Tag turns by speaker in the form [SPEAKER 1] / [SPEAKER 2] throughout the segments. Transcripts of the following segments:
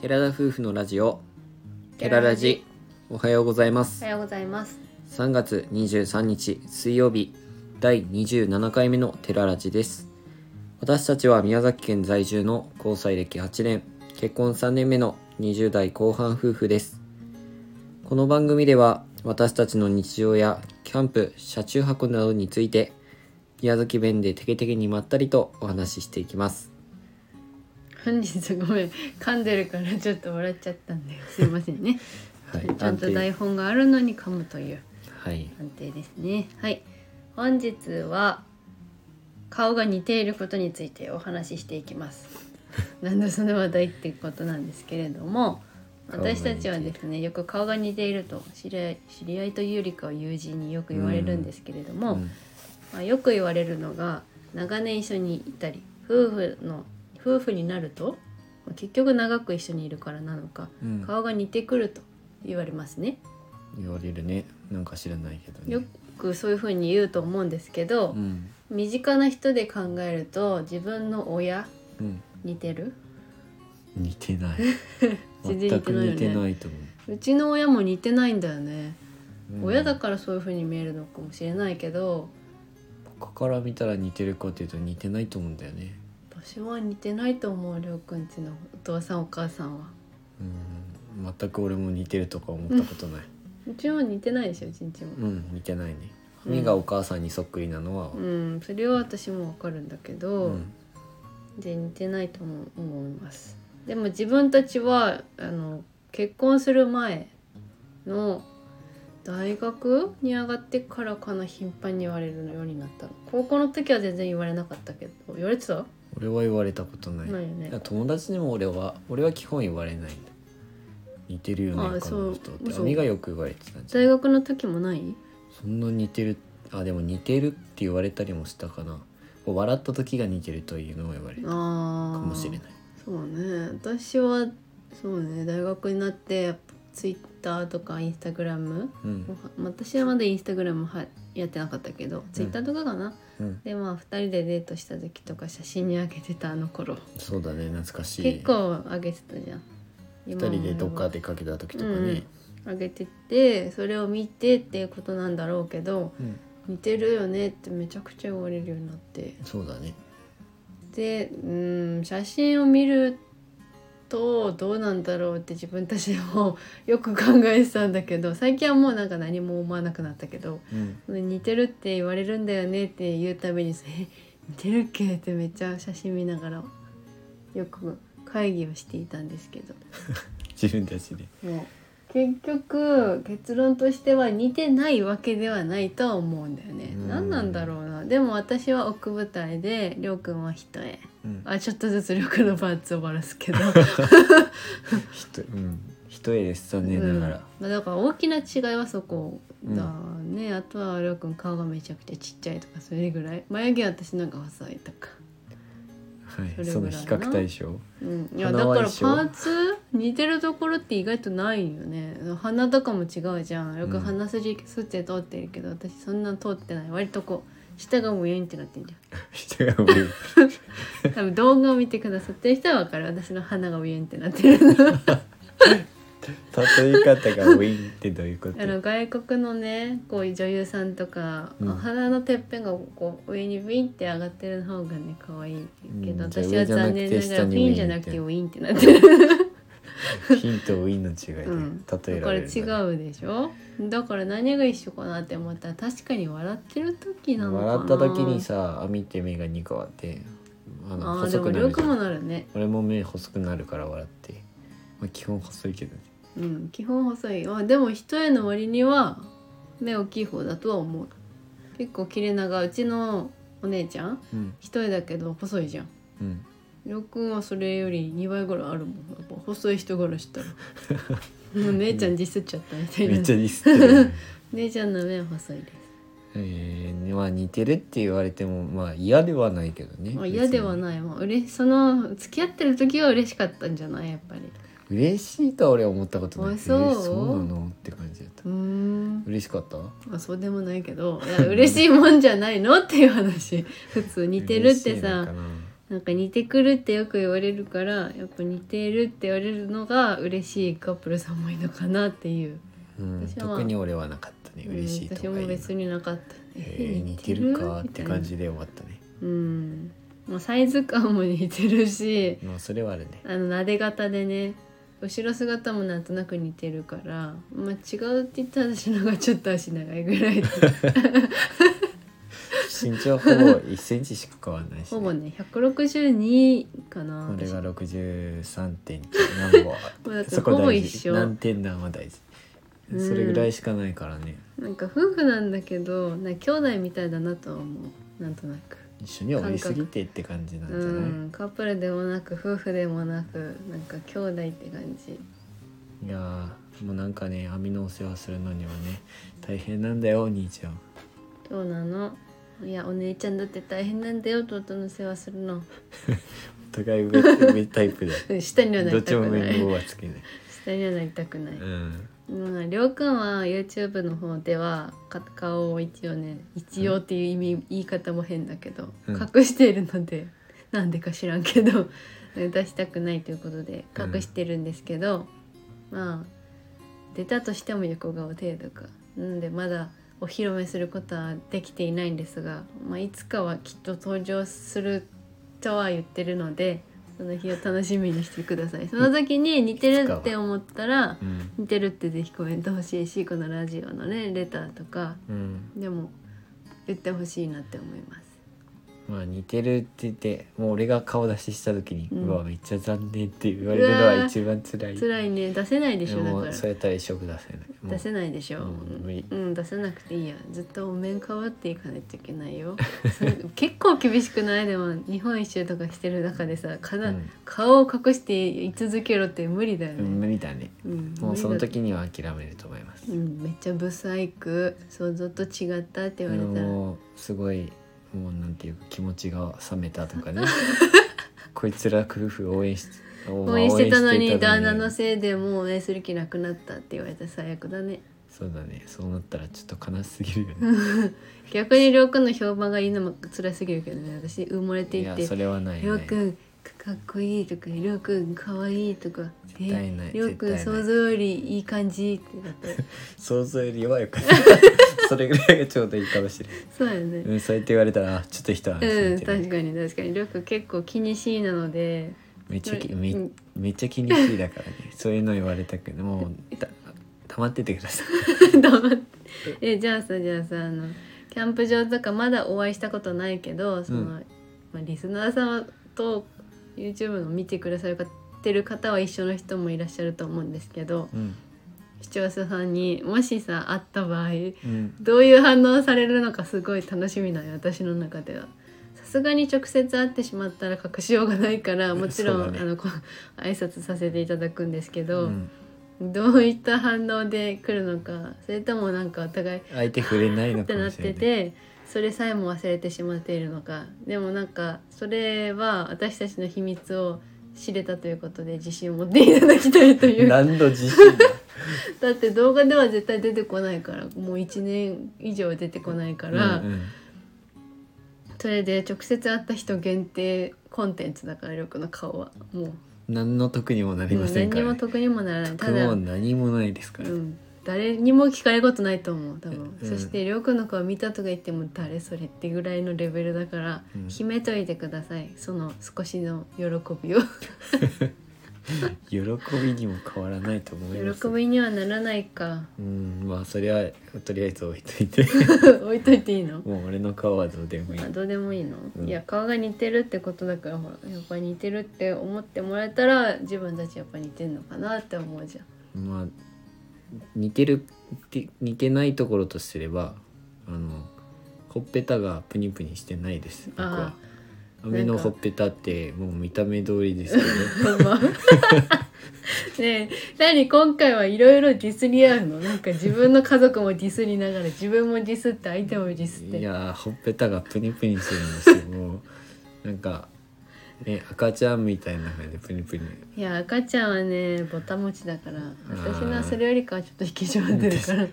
[SPEAKER 1] 寺田夫婦のラジオ寺ラジおはようございま
[SPEAKER 2] お
[SPEAKER 1] す
[SPEAKER 2] はようございます
[SPEAKER 1] 3月23日水曜日第27回目の寺ラジです私たちは宮崎県在住の交際歴8年結婚3年目の20代後半夫婦ですこの番組では私たちの日常やキャンプ車中泊などについて宮崎弁でテケテケにまったりとお話ししていきます
[SPEAKER 2] 本日ごめん噛んでるからちょっと笑っちゃったんですいませんね
[SPEAKER 1] はい
[SPEAKER 2] ちゃんと台
[SPEAKER 1] 安
[SPEAKER 2] 本があるのに噛むという
[SPEAKER 1] 定はい
[SPEAKER 2] 判定ですねはい本日は顔が似ていることについてお話ししていきます なんだその話題ってことなんですけれども
[SPEAKER 1] 顔が似
[SPEAKER 2] 私
[SPEAKER 1] ている
[SPEAKER 2] たちはですねよく顔が似ていると知り合い知り合いというよりかは友人によく言われるんですけれども、
[SPEAKER 1] うん
[SPEAKER 2] まあ、よく言われるのが長年一緒にいたり夫婦の夫婦になるとまあ結局長く一緒にいるからなのか
[SPEAKER 1] うん
[SPEAKER 2] 顔が似てくると言われますね。
[SPEAKER 1] 言われるねなんか知らないけどね
[SPEAKER 2] よくそういうふうに言うと思うんですけど、
[SPEAKER 1] うん
[SPEAKER 2] 身近な人で考えると自分の親
[SPEAKER 1] うん
[SPEAKER 2] 似てる
[SPEAKER 1] 似てない
[SPEAKER 2] 全然
[SPEAKER 1] 全
[SPEAKER 2] 似て
[SPEAKER 1] く
[SPEAKER 2] ないよね
[SPEAKER 1] 似てないと思
[SPEAKER 2] うちの親も似てないんだよね、
[SPEAKER 1] う、うん
[SPEAKER 2] 親だからそういうふうに見えるのかもしれないけど
[SPEAKER 1] 他から見たら似てるかっていうと似てないと思うんだよね
[SPEAKER 2] 私は似てないと思うりょうくんちのお父さんお母さんは
[SPEAKER 1] うん全く俺も似てるとか思ったことないう
[SPEAKER 2] ちも似てないでしょうちんちも
[SPEAKER 1] うん、似てないね
[SPEAKER 2] うん
[SPEAKER 1] 髪がお母さんにそっくりなのは、
[SPEAKER 2] うん、それは私もわかるんだけど、
[SPEAKER 1] うん
[SPEAKER 2] で似てないとも思いますでも自分たちはあの結婚する前の大学に上がってからかな頻繁に言われるようになったの高校の時は全然言われなかったけど言われてた、
[SPEAKER 1] 俺は言われたことない、
[SPEAKER 2] ないよね
[SPEAKER 1] いや友達にも俺は俺は基本言われない似てるよね
[SPEAKER 2] あ
[SPEAKER 1] 他の人っ
[SPEAKER 2] そう
[SPEAKER 1] て
[SPEAKER 2] そう
[SPEAKER 1] 網がよく言われてたんじゃ
[SPEAKER 2] 大
[SPEAKER 1] ん
[SPEAKER 2] 学の時もない
[SPEAKER 1] そんな似てるあでも似てるって言われたりもしたかな笑った時が似てるというのを言われたか
[SPEAKER 2] ああ
[SPEAKER 1] もしれない
[SPEAKER 2] そうね私はそうね大学になってやっぱツイッターとかインスタグラム
[SPEAKER 1] うん
[SPEAKER 2] 私はまだインスタグラムはやってなかったけど、ツイッターとかかな
[SPEAKER 1] うん、
[SPEAKER 2] でまあ2人でデートした時とか写真にあげてたあの頃
[SPEAKER 1] そうだね懐かしい
[SPEAKER 2] 結構あげてたじゃん
[SPEAKER 1] 二
[SPEAKER 2] 2
[SPEAKER 1] 人でどっか出かけた時とかね、
[SPEAKER 2] あげててそれを見てっていうことなんだろうけど
[SPEAKER 1] うん
[SPEAKER 2] 似てるよねってめちゃくちゃ言われるようになって
[SPEAKER 1] そうだね
[SPEAKER 2] でうん写真を見るとどうなんだろうって自分たちもよく考えてたんだけど最近はもうなんか何も思わなくなったけど
[SPEAKER 1] うん
[SPEAKER 2] 似てるって言われるんだよねって言うたびに「え似てるっけ?」ってめっちゃ写真見ながらよく会議をしていたんですけど
[SPEAKER 1] 自分たちで
[SPEAKER 2] もう結局結論としては似てないわけではないとは思うんだよね
[SPEAKER 1] うん
[SPEAKER 2] 何なんだろうなでも私は奥舞台でりょうくんは一重
[SPEAKER 1] うん
[SPEAKER 2] あちょっとずつりょうくんのパーツをばら すけど、
[SPEAKER 1] ひとうん一重でしたね
[SPEAKER 2] うん
[SPEAKER 1] ながら
[SPEAKER 2] まあだから大きな違いはそこだね、あとはりょうくん顔がめちゃくちゃちっちゃいとかそれぐらい眉毛は私なんか細いとか
[SPEAKER 1] はい
[SPEAKER 2] それぐらいな
[SPEAKER 1] その比較対象
[SPEAKER 2] うん、いやだ
[SPEAKER 1] 鼻
[SPEAKER 2] か
[SPEAKER 1] は
[SPEAKER 2] らパ
[SPEAKER 1] 一緒
[SPEAKER 2] ーツ似てるところって意外とないよね鼻とかも違うじゃんよ
[SPEAKER 1] う
[SPEAKER 2] く
[SPEAKER 1] ん
[SPEAKER 2] 鼻筋すって通ってるけど、私そんな通ってない割とこう下がもゆんってなってんじ
[SPEAKER 1] 人が 多い
[SPEAKER 2] ゃん多分動画を見てくださってる人は分かる私の鼻がもゆんってなって るの
[SPEAKER 1] 例え方がウィンってどういうこと
[SPEAKER 2] あの外国のねこういう女優さんとか、
[SPEAKER 1] うん
[SPEAKER 2] 鼻のてっぺんがこう上にウィンって上がってる方がね可愛いけど、
[SPEAKER 1] うんじゃあ
[SPEAKER 2] 私は残念な
[SPEAKER 1] 上じ
[SPEAKER 2] が
[SPEAKER 1] ゃ
[SPEAKER 2] ら
[SPEAKER 1] なくて下に
[SPEAKER 2] ウィン
[SPEAKER 1] ウィンって
[SPEAKER 2] じゃなくてウィンってなってる
[SPEAKER 1] ヒントウィンの違いで、
[SPEAKER 2] うん
[SPEAKER 1] 例え
[SPEAKER 2] だ
[SPEAKER 1] ら
[SPEAKER 2] から
[SPEAKER 1] れるのね
[SPEAKER 2] 違うでしょだから何が一緒かなって思ったら確かに笑ってる時なのかな
[SPEAKER 1] 笑った時にさ網って目が2個あってあの
[SPEAKER 2] あー
[SPEAKER 1] 細
[SPEAKER 2] でも
[SPEAKER 1] くなるじ
[SPEAKER 2] 力
[SPEAKER 1] ゃ
[SPEAKER 2] も
[SPEAKER 1] ん
[SPEAKER 2] なるね
[SPEAKER 1] 俺も目細くなるから笑って、まあ、基本細いけどね
[SPEAKER 2] うん基本細いあでも一重の割には目大きい方だとは思う結構切れ長うちのお姉ちゃん
[SPEAKER 1] うん
[SPEAKER 2] 一重だけど細いじゃん
[SPEAKER 1] うん
[SPEAKER 2] りょうくんはそれより2倍ぐらいあるもんやっぱ細い人から したらもう姉ちゃんディスっちゃったみたい
[SPEAKER 1] め
[SPEAKER 2] な
[SPEAKER 1] っちゃディスって る、ね
[SPEAKER 2] 姉ちゃんの目は細いです
[SPEAKER 1] えー、まあ似てるって言われてもまあ嫌ではないけどね
[SPEAKER 2] まあ、嫌ではいないもう嬉しその付き合ってる時は嬉しかったんじゃないやっぱり
[SPEAKER 1] 嬉しいとは俺は思ったことない
[SPEAKER 2] あそう
[SPEAKER 1] えーそうなのって感じだった
[SPEAKER 2] うーん
[SPEAKER 1] 嬉しかった
[SPEAKER 2] まあそうでも ないけどいや嬉しいもんじゃないのっていう話普通似てるっ
[SPEAKER 1] 嬉
[SPEAKER 2] て
[SPEAKER 1] しいの
[SPEAKER 2] さ
[SPEAKER 1] かな
[SPEAKER 2] なんか似てくるってよく言われるからやっぱ似てるって言われるのが嬉しいカップルさんもいるのかなっていう、
[SPEAKER 1] うん、
[SPEAKER 2] 私はまあ
[SPEAKER 1] 特に俺はなかったね嬉しいとかい
[SPEAKER 2] うん、私
[SPEAKER 1] う
[SPEAKER 2] も
[SPEAKER 1] の
[SPEAKER 2] 別になかった
[SPEAKER 1] えー似てるかって感、じで終わったね
[SPEAKER 2] みたいなうんまあ、サイズ感も似てるし
[SPEAKER 1] まあそれはあるね
[SPEAKER 2] あの撫で型でね後ろ姿もなんとなく似てるから、まあ、違うって言ったら私の方がちょっと足長い ぐらいで
[SPEAKER 1] 身長ほぼ1センチしか変わんないし、
[SPEAKER 2] ほぼね162かな
[SPEAKER 1] 俺が
[SPEAKER 2] 私
[SPEAKER 1] 63点何本
[SPEAKER 2] もうだって
[SPEAKER 1] そこ
[SPEAKER 2] ほぼ
[SPEAKER 1] 大
[SPEAKER 2] 一
[SPEAKER 1] 事
[SPEAKER 2] 緒
[SPEAKER 1] 何点何は大事
[SPEAKER 2] うん
[SPEAKER 1] それぐらいしかないからね、
[SPEAKER 2] なんか夫婦なんだけどなんか兄弟みたいだなとは思うなんとなく
[SPEAKER 1] 一緒にはおりすぎてって感じなんじゃ
[SPEAKER 2] う
[SPEAKER 1] ない、
[SPEAKER 2] んカップルでもなく夫婦でもなくなんか兄弟って感じ
[SPEAKER 1] いやーもうなんかね網のお世話するのにはね大変なんだよお兄ちゃん
[SPEAKER 2] そうなのいやお姉ちゃんだって大変なんだよ弟の世話するの
[SPEAKER 1] お互い上上タイプで
[SPEAKER 2] うん下にはな
[SPEAKER 1] どっ
[SPEAKER 2] り
[SPEAKER 1] たち
[SPEAKER 2] く
[SPEAKER 1] も
[SPEAKER 2] な
[SPEAKER 1] 上
[SPEAKER 2] い
[SPEAKER 1] に棒はつけない、
[SPEAKER 2] 下にはなりたくない、
[SPEAKER 1] うん、
[SPEAKER 2] まあ、りょうくんは YouTube の方ではか顔を一応ね一応っていう意味、言い方も変だけど、
[SPEAKER 1] うん
[SPEAKER 2] 隠しているので なんでか知らんけど出したくないということで
[SPEAKER 1] うん
[SPEAKER 2] 隠してるんですけど、まあ出たとしても横顔程度かなんでまだお披露目することはできていないんですが、まあ、いつかはきっと登場するとは言ってるのでその日を楽しみにしてください。その時に似てるって思ったら、
[SPEAKER 1] うん
[SPEAKER 2] 似てるってぜひコメント欲しいしこのラジオのねレターとか
[SPEAKER 1] うん、
[SPEAKER 2] でも言ってほしいなって思います
[SPEAKER 1] まあ似てるって言ってもう俺が顔出しした時に、
[SPEAKER 2] う
[SPEAKER 1] うんわめっちゃ残念って言われるのは一番辛い
[SPEAKER 2] 辛いね出せないでしょだ
[SPEAKER 1] も
[SPEAKER 2] か
[SPEAKER 1] う
[SPEAKER 2] ら
[SPEAKER 1] そうやったら一生出せないもう
[SPEAKER 2] 出せないでしょ、う
[SPEAKER 1] うん無
[SPEAKER 2] ん
[SPEAKER 1] 理
[SPEAKER 2] うん、出せなくていいやずっとお面かぶっていかないといけないよ それ結構厳しくないでも日本一周とかしてる中でさかな、
[SPEAKER 1] うん
[SPEAKER 2] 顔を隠してい続けろって無理だよ
[SPEAKER 1] うん無
[SPEAKER 2] ね、
[SPEAKER 1] 理だね
[SPEAKER 2] うん
[SPEAKER 1] もうその
[SPEAKER 2] 無理だ
[SPEAKER 1] 時には諦めると思います、
[SPEAKER 2] うん、めっちゃブサイク想像と違ったって言われたら
[SPEAKER 1] もうすごいもうなんていうか気持ちが冷めたと かねこいつら夫婦応援し
[SPEAKER 2] 応援してたの
[SPEAKER 1] 応援し
[SPEAKER 2] に
[SPEAKER 1] てた
[SPEAKER 2] 旦那のせいでもう応援する気なくなったって言われたら最悪だね
[SPEAKER 1] そうだねそうなったらちょっと悲しすぎるよね
[SPEAKER 2] 逆にりょうくんの評判がいいのも辛すぎるけどね私埋もれて
[SPEAKER 1] い
[SPEAKER 2] いっ
[SPEAKER 1] や
[SPEAKER 2] て
[SPEAKER 1] それはない
[SPEAKER 2] りょう
[SPEAKER 1] ね
[SPEAKER 2] くんかっこいいとかりょうくんかわいいとか
[SPEAKER 1] 絶対ない
[SPEAKER 2] えりょうくん
[SPEAKER 1] 絶対ない
[SPEAKER 2] 想像よりいい感じってなって
[SPEAKER 1] 想像より弱 いかったそれぐらいがちょうどいいかもしれない、
[SPEAKER 2] そうやね
[SPEAKER 1] うん、そうやって言われたらあちょっと一安心
[SPEAKER 2] うん
[SPEAKER 1] みたいな
[SPEAKER 2] 確かに確かにりょうくん結構気にしいなので
[SPEAKER 1] めっちゃき
[SPEAKER 2] うん
[SPEAKER 1] めめっちゃ気にしいだからね そういうの言われたけどもうた黙っててください
[SPEAKER 2] 黙ってえじゃあさじゃあさあのキャンプ場とかまだお会いしたことないけどその、
[SPEAKER 1] うん
[SPEAKER 2] まあ、リスナーさんと YouTube の見てくださってる方は一緒の人もいらっしゃると思うんですけど
[SPEAKER 1] うん、
[SPEAKER 2] 視聴者さんにもしさ会った場合
[SPEAKER 1] うん、
[SPEAKER 2] どういう反応されるのかすごい楽しみなのよ私の中では。さすがに直接会ってしまったら隠しようがないからもちろ
[SPEAKER 1] そ
[SPEAKER 2] ん、
[SPEAKER 1] うだね
[SPEAKER 2] あのこう挨拶させていただくんですけ
[SPEAKER 1] う
[SPEAKER 2] ど、
[SPEAKER 1] ん、
[SPEAKER 2] どういった反応で来るのかそれともなんかお互い
[SPEAKER 1] 相手触れないの
[SPEAKER 2] っ
[SPEAKER 1] か
[SPEAKER 2] てな
[SPEAKER 1] も
[SPEAKER 2] っ
[SPEAKER 1] しれ
[SPEAKER 2] て
[SPEAKER 1] ない
[SPEAKER 2] てそれさえも忘れてしまっているのかでもなんかそれは私たちの秘密を知れたということで自信を持っていただきたいというだ
[SPEAKER 1] 何度自信だ
[SPEAKER 2] って動画では絶対出てこないからもう1年以上出てこないから、
[SPEAKER 1] うんうん
[SPEAKER 2] それで直接会った人限定コンテンツだから力の顔はも
[SPEAKER 1] 何の得にもな
[SPEAKER 2] う、
[SPEAKER 1] りませ
[SPEAKER 2] 何
[SPEAKER 1] んか
[SPEAKER 2] に
[SPEAKER 1] ら、
[SPEAKER 2] も
[SPEAKER 1] ね、
[SPEAKER 2] 得にもならないた
[SPEAKER 1] 得
[SPEAKER 2] だ
[SPEAKER 1] も何もないですから、
[SPEAKER 2] うん、誰にも聞かれることないと思う多分、
[SPEAKER 1] うん
[SPEAKER 2] そしてりょうくんの顔見たとか言っても誰それってぐらいのレベルだから、
[SPEAKER 1] うん
[SPEAKER 2] 決めといてくださいその少しの喜びを
[SPEAKER 1] 喜びにも変わらないと思います
[SPEAKER 2] 喜びにはならない か
[SPEAKER 1] うんまあそれはとりあえず置いとい て
[SPEAKER 2] 置いといていいの
[SPEAKER 1] もう俺の顔はどうでもいい
[SPEAKER 2] あどうでもいいの、
[SPEAKER 1] うん
[SPEAKER 2] いや顔が似てるってことだからほらやっぱ似てるって思ってもらえたら自分たちやっぱ似てんのかなって思うじゃん
[SPEAKER 1] まあ似てるって似てないところとすればあのほっぺたがプニプニしてないです僕は
[SPEAKER 2] あー
[SPEAKER 1] 雨のほっぺたってもう見た目通りです けど
[SPEAKER 2] ねえ何今回はいろいろディスり合うのなんか自分の家族もディスりながら自分もディスって相手もディスって
[SPEAKER 1] いやーほっぺたがプニプニしてるんですよもうなんかね赤ちゃんみたいな感じでプニプニ
[SPEAKER 2] いや赤ちゃんはねぼたもちだから
[SPEAKER 1] ー
[SPEAKER 2] 私のはそれよりかはちょっと引き締まってるから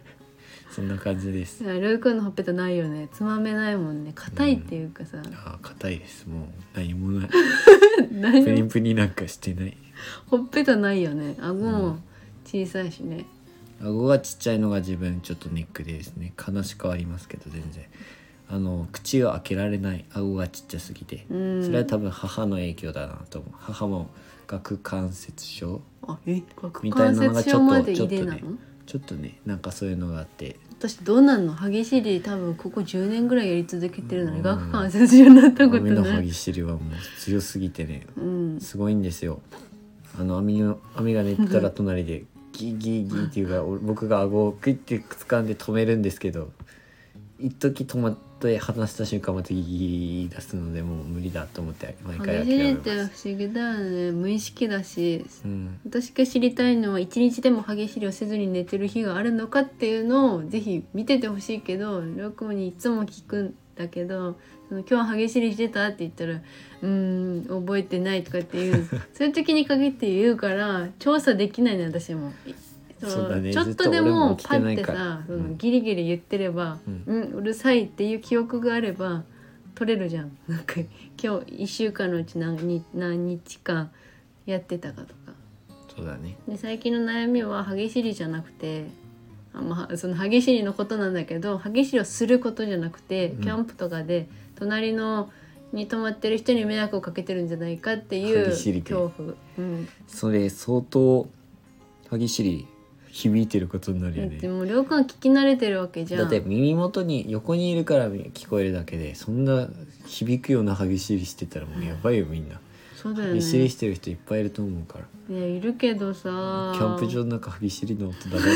[SPEAKER 1] そんな感じです
[SPEAKER 2] ルーくんのほっぺたないよねつまめないもんね硬いっていうかさ、
[SPEAKER 1] あー硬いですもう何も ない
[SPEAKER 2] 何
[SPEAKER 1] プニ
[SPEAKER 2] も
[SPEAKER 1] プニなんかしてない
[SPEAKER 2] ほっぺたないよね顎
[SPEAKER 1] う
[SPEAKER 2] も
[SPEAKER 1] ん
[SPEAKER 2] 小さいしね、
[SPEAKER 1] 顎がちっちゃいのが自分ちょっとネックでですね悲しくはありますけど全然あの口が開けられない顎がちっちゃすぎて
[SPEAKER 2] うん、
[SPEAKER 1] それは多分母の影響だなと思う母も顎関節症
[SPEAKER 2] あえ
[SPEAKER 1] み
[SPEAKER 2] 顎
[SPEAKER 1] たい
[SPEAKER 2] 関
[SPEAKER 1] なのがちょ
[SPEAKER 2] 節
[SPEAKER 1] っと
[SPEAKER 2] 症まで
[SPEAKER 1] ちょ
[SPEAKER 2] 遺
[SPEAKER 1] っと
[SPEAKER 2] 伝なの、
[SPEAKER 1] ねちょっとねなんかそういうのがあって
[SPEAKER 2] 私どうなんの歯ぎしり多分ここ10年ぐらいやり続けてるの
[SPEAKER 1] う
[SPEAKER 2] に
[SPEAKER 1] ん
[SPEAKER 2] 顎関節症になったこと
[SPEAKER 1] 網の
[SPEAKER 2] な
[SPEAKER 1] 歯
[SPEAKER 2] い
[SPEAKER 1] ぎしりはもう強すぎてね
[SPEAKER 2] うん
[SPEAKER 1] すごいんですよあの網の網が寝てたら隣でギーギーギーっていうか俺僕が顎をクイッて掴んで止めるんですけど一時止まって離した瞬間またギーギー出すのでもう無理だと思って毎
[SPEAKER 2] 歯
[SPEAKER 1] 回諦
[SPEAKER 2] ぎしり
[SPEAKER 1] め
[SPEAKER 2] っ
[SPEAKER 1] ます
[SPEAKER 2] て不思議だよね無意識だし
[SPEAKER 1] うん
[SPEAKER 2] 私が知りたいのは一日でも歯ぎしりをせずに寝てる日があるのかっていうのをぜひ見ててほしいけどりょうくんにいつも聞くんだけど「その今日歯ぎしりしてた?」って言ったら「うーん覚えてない」とかって 言うそういう時に限って言うから調査できないね私も。いその
[SPEAKER 1] そうだね
[SPEAKER 2] ちょっ
[SPEAKER 1] ずっと
[SPEAKER 2] とで
[SPEAKER 1] 俺も
[SPEAKER 2] も
[SPEAKER 1] 起き
[SPEAKER 2] パ
[SPEAKER 1] てな
[SPEAKER 2] ッ
[SPEAKER 1] い
[SPEAKER 2] て
[SPEAKER 1] から
[SPEAKER 2] さ、
[SPEAKER 1] うん
[SPEAKER 2] そのギリギリ言ってれば
[SPEAKER 1] う
[SPEAKER 2] 「うん、うるさい」っていう記憶があれば取れるじゃん。なんか今日1週間のうち何日何日間やってたかとか。
[SPEAKER 1] そうだね
[SPEAKER 2] で最近の悩みは歯ぎしりじゃなくてあ、まあ、その歯ぎしりのことなんだけど歯ぎしりをすることじゃなくて
[SPEAKER 1] うん
[SPEAKER 2] キャンプとかで隣のに泊まってる人に迷惑をかけてるんじゃないかってい
[SPEAKER 1] 歯
[SPEAKER 2] う
[SPEAKER 1] ぎしりで
[SPEAKER 2] 恐怖、うん
[SPEAKER 1] それ相当歯ぎしり響いてることになるよね
[SPEAKER 2] でもりょうくんは聞き慣れてるわけじ
[SPEAKER 1] だ
[SPEAKER 2] ゃ
[SPEAKER 1] っ
[SPEAKER 2] ん
[SPEAKER 1] て耳元に横にいるから聞こえるだけでそんな響くような歯ぎしりしてたらもうやばいよみんな、
[SPEAKER 2] そうだよ
[SPEAKER 1] 歯
[SPEAKER 2] ね
[SPEAKER 1] ぎしりし
[SPEAKER 2] い
[SPEAKER 1] てる人いっぱいいると思うから
[SPEAKER 2] やいるけどさ
[SPEAKER 1] キャンプ場の中歯ぎしりの音だらけ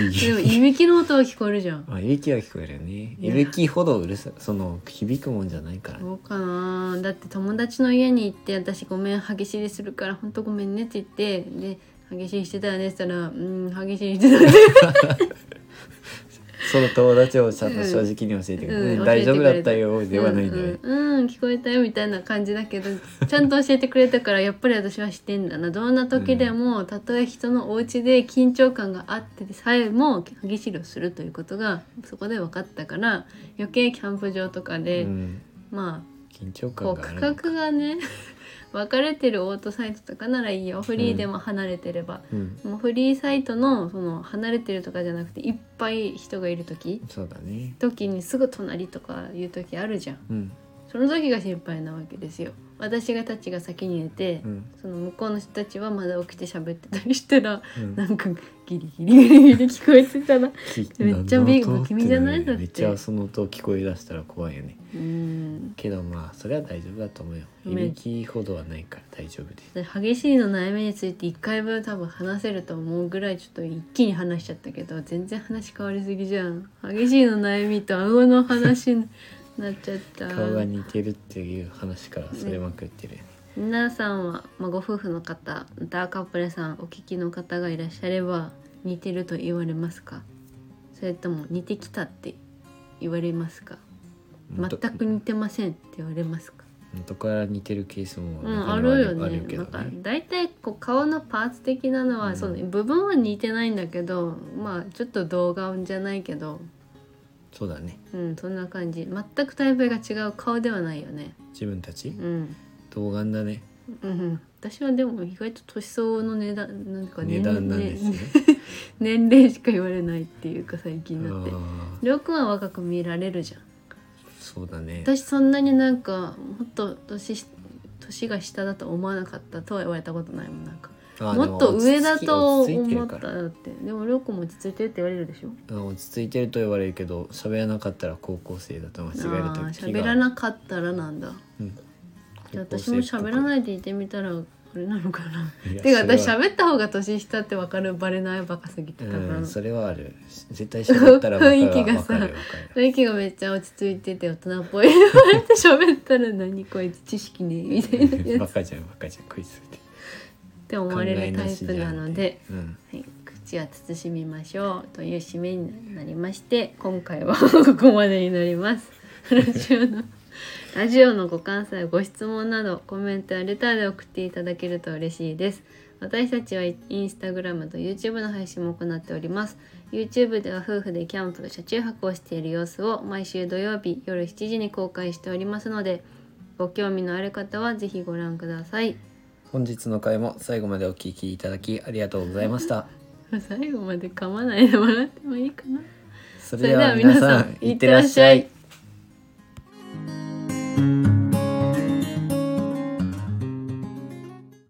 [SPEAKER 1] でギリ
[SPEAKER 2] でも
[SPEAKER 1] ギリ
[SPEAKER 2] いびきの音は聞こえるじゃん
[SPEAKER 1] あいびきは聞こえるよね
[SPEAKER 2] い
[SPEAKER 1] い
[SPEAKER 2] や
[SPEAKER 1] びきほどうるさその響くもんじゃないからね、
[SPEAKER 2] そうかなだって友達の家に行って「私ごめん歯ぎしりするからほんとごめんね」って言ってで「歯ぎしりしてたよね」って言ったら「うん歯ぎしりしてたよね」
[SPEAKER 1] その友達をちゃんと正直に教えてくれる、
[SPEAKER 2] うん
[SPEAKER 1] う
[SPEAKER 2] 教
[SPEAKER 1] ん
[SPEAKER 2] え
[SPEAKER 1] 大
[SPEAKER 2] て
[SPEAKER 1] 丈
[SPEAKER 2] くれた
[SPEAKER 1] 夫だったよではないんだ
[SPEAKER 2] う
[SPEAKER 1] ね、
[SPEAKER 2] んうん、うん聞こえたよみたいな感じだけどちゃんと教えてくれたからやっぱり私はしてんだなどんな時でも、たとえ人のお家で緊張感があってさえも歯ぎしりをするということがそこで分かったから余計キャンプ場とかで、
[SPEAKER 1] うん
[SPEAKER 2] まあ
[SPEAKER 1] 緊張
[SPEAKER 2] こ
[SPEAKER 1] 感が
[SPEAKER 2] う
[SPEAKER 1] あ
[SPEAKER 2] 価
[SPEAKER 1] る
[SPEAKER 2] 格がね 分かれてるオートサイトとかならいいよフリーでも離れてれば、
[SPEAKER 1] うん
[SPEAKER 2] もうフリーサイトのその離れてるとかじゃなくていっぱい人がいる時
[SPEAKER 1] そうだね
[SPEAKER 2] 時にすぐ隣とかいう時あるじゃん
[SPEAKER 1] うん
[SPEAKER 2] その時が心配なわけですよ私がたちが先に寝て、
[SPEAKER 1] うん
[SPEAKER 2] その向こうの人たちはまだ起きて喋ってたりしたら
[SPEAKER 1] うん
[SPEAKER 2] なんかギリギリギリギリ聞こえてたら
[SPEAKER 1] き
[SPEAKER 2] めっちゃビー
[SPEAKER 1] 何の音
[SPEAKER 2] 不気味じゃな
[SPEAKER 1] っ
[SPEAKER 2] い
[SPEAKER 1] てるよね
[SPEAKER 2] だ
[SPEAKER 1] め
[SPEAKER 2] っ
[SPEAKER 1] ってちゃその音聞こえ出したら怖いよね
[SPEAKER 2] うん
[SPEAKER 1] けどまあそれは大丈夫だと思うよ
[SPEAKER 2] う
[SPEAKER 1] い
[SPEAKER 2] ん
[SPEAKER 1] びきほどはないから大丈夫です
[SPEAKER 2] で激しいの悩みについて1回分多分話せると思うぐらいちょっと一気に話しちゃったけど全然話変わりすぎじゃん激しいの悩みと顎の話になっちゃった
[SPEAKER 1] 顔が似てるっていう話からそれまくってるよね
[SPEAKER 2] 皆さんは、まあ、ご夫婦の方またカップルさんお聞きの方がいらっしゃれば似てると言われますかそれとも似てきたって言われますか全
[SPEAKER 1] 元
[SPEAKER 2] く似てませんって言われますか
[SPEAKER 1] 元から似てるケースも
[SPEAKER 2] うん、
[SPEAKER 1] 中
[SPEAKER 2] あ
[SPEAKER 1] には
[SPEAKER 2] るよ
[SPEAKER 1] あ
[SPEAKER 2] ね
[SPEAKER 1] るけ
[SPEAKER 2] な
[SPEAKER 1] ど
[SPEAKER 2] んか
[SPEAKER 1] ね
[SPEAKER 2] 大体こう顔のパーツ的なのは、
[SPEAKER 1] うん
[SPEAKER 2] その部分は似てないんだけどまあちょっと動画じゃないけど
[SPEAKER 1] そうだね
[SPEAKER 2] うんそんな感じ全くタイプが違う顔ではないよね
[SPEAKER 1] 自分たち
[SPEAKER 2] うん、
[SPEAKER 1] 童顔だね
[SPEAKER 2] うん、私はでも意外と年相応の値段なんか
[SPEAKER 1] 値段なんですね
[SPEAKER 2] ね年齢しか言われないっていうか最近になって
[SPEAKER 1] ああ
[SPEAKER 2] りょうくんは若く見られるじゃん
[SPEAKER 1] そうだね
[SPEAKER 2] 私そんなになんかもっと年し年が下だと思わなかったとは言われたことないもんなんか
[SPEAKER 1] ああ
[SPEAKER 2] もっと上だと
[SPEAKER 1] でも
[SPEAKER 2] 思っ
[SPEAKER 1] 落ち着いてるか
[SPEAKER 2] ただってでもりょうくんも落ち着いてるって言われるでしょ
[SPEAKER 1] らうん落ち着いてると言われるけど喋らなかったら高校生だと間違える
[SPEAKER 2] ああ
[SPEAKER 1] 時
[SPEAKER 2] 喋
[SPEAKER 1] があ
[SPEAKER 2] ら
[SPEAKER 1] る
[SPEAKER 2] なかったらなんだ
[SPEAKER 1] うん
[SPEAKER 2] じゃあ私も喋らないでいてみたらあれなのかな
[SPEAKER 1] いや
[SPEAKER 2] てか
[SPEAKER 1] それは
[SPEAKER 2] 私喋った方が年下ってわかるバレないバカすぎて多
[SPEAKER 1] うん
[SPEAKER 2] 分
[SPEAKER 1] それはある絶対喋ったら分かる
[SPEAKER 2] 雰囲気が
[SPEAKER 1] わ
[SPEAKER 2] さ
[SPEAKER 1] かるわかる
[SPEAKER 2] 雰囲気がめっちゃ落ち着いてて大人っぽい 言われて喋ったら何こいつ知識ねみたいなやつっ
[SPEAKER 1] バカじゃんバカじゃんこいつって
[SPEAKER 2] て思われるタイプなので、
[SPEAKER 1] うん、
[SPEAKER 2] はい、口は慎みましょうという締めになりまして今回はここまでになりますラジオのラジオのご感想やご質問などコメントやレターで送っていただけると嬉しいです私たちはインスタグラムと YouTube の配信も行っております YouTube では夫婦でキャンプ車中泊をしている様子を毎週土曜日夜7時に公開しておりますのでご興味のある方はぜひご覧ください
[SPEAKER 1] 本日の回も最後までお聞きいただきありがとうございました。
[SPEAKER 2] 最後まで噛まないでもらってもいいかな
[SPEAKER 1] それでは皆さん、いってらっしゃい。
[SPEAKER 2] いってらっしゃい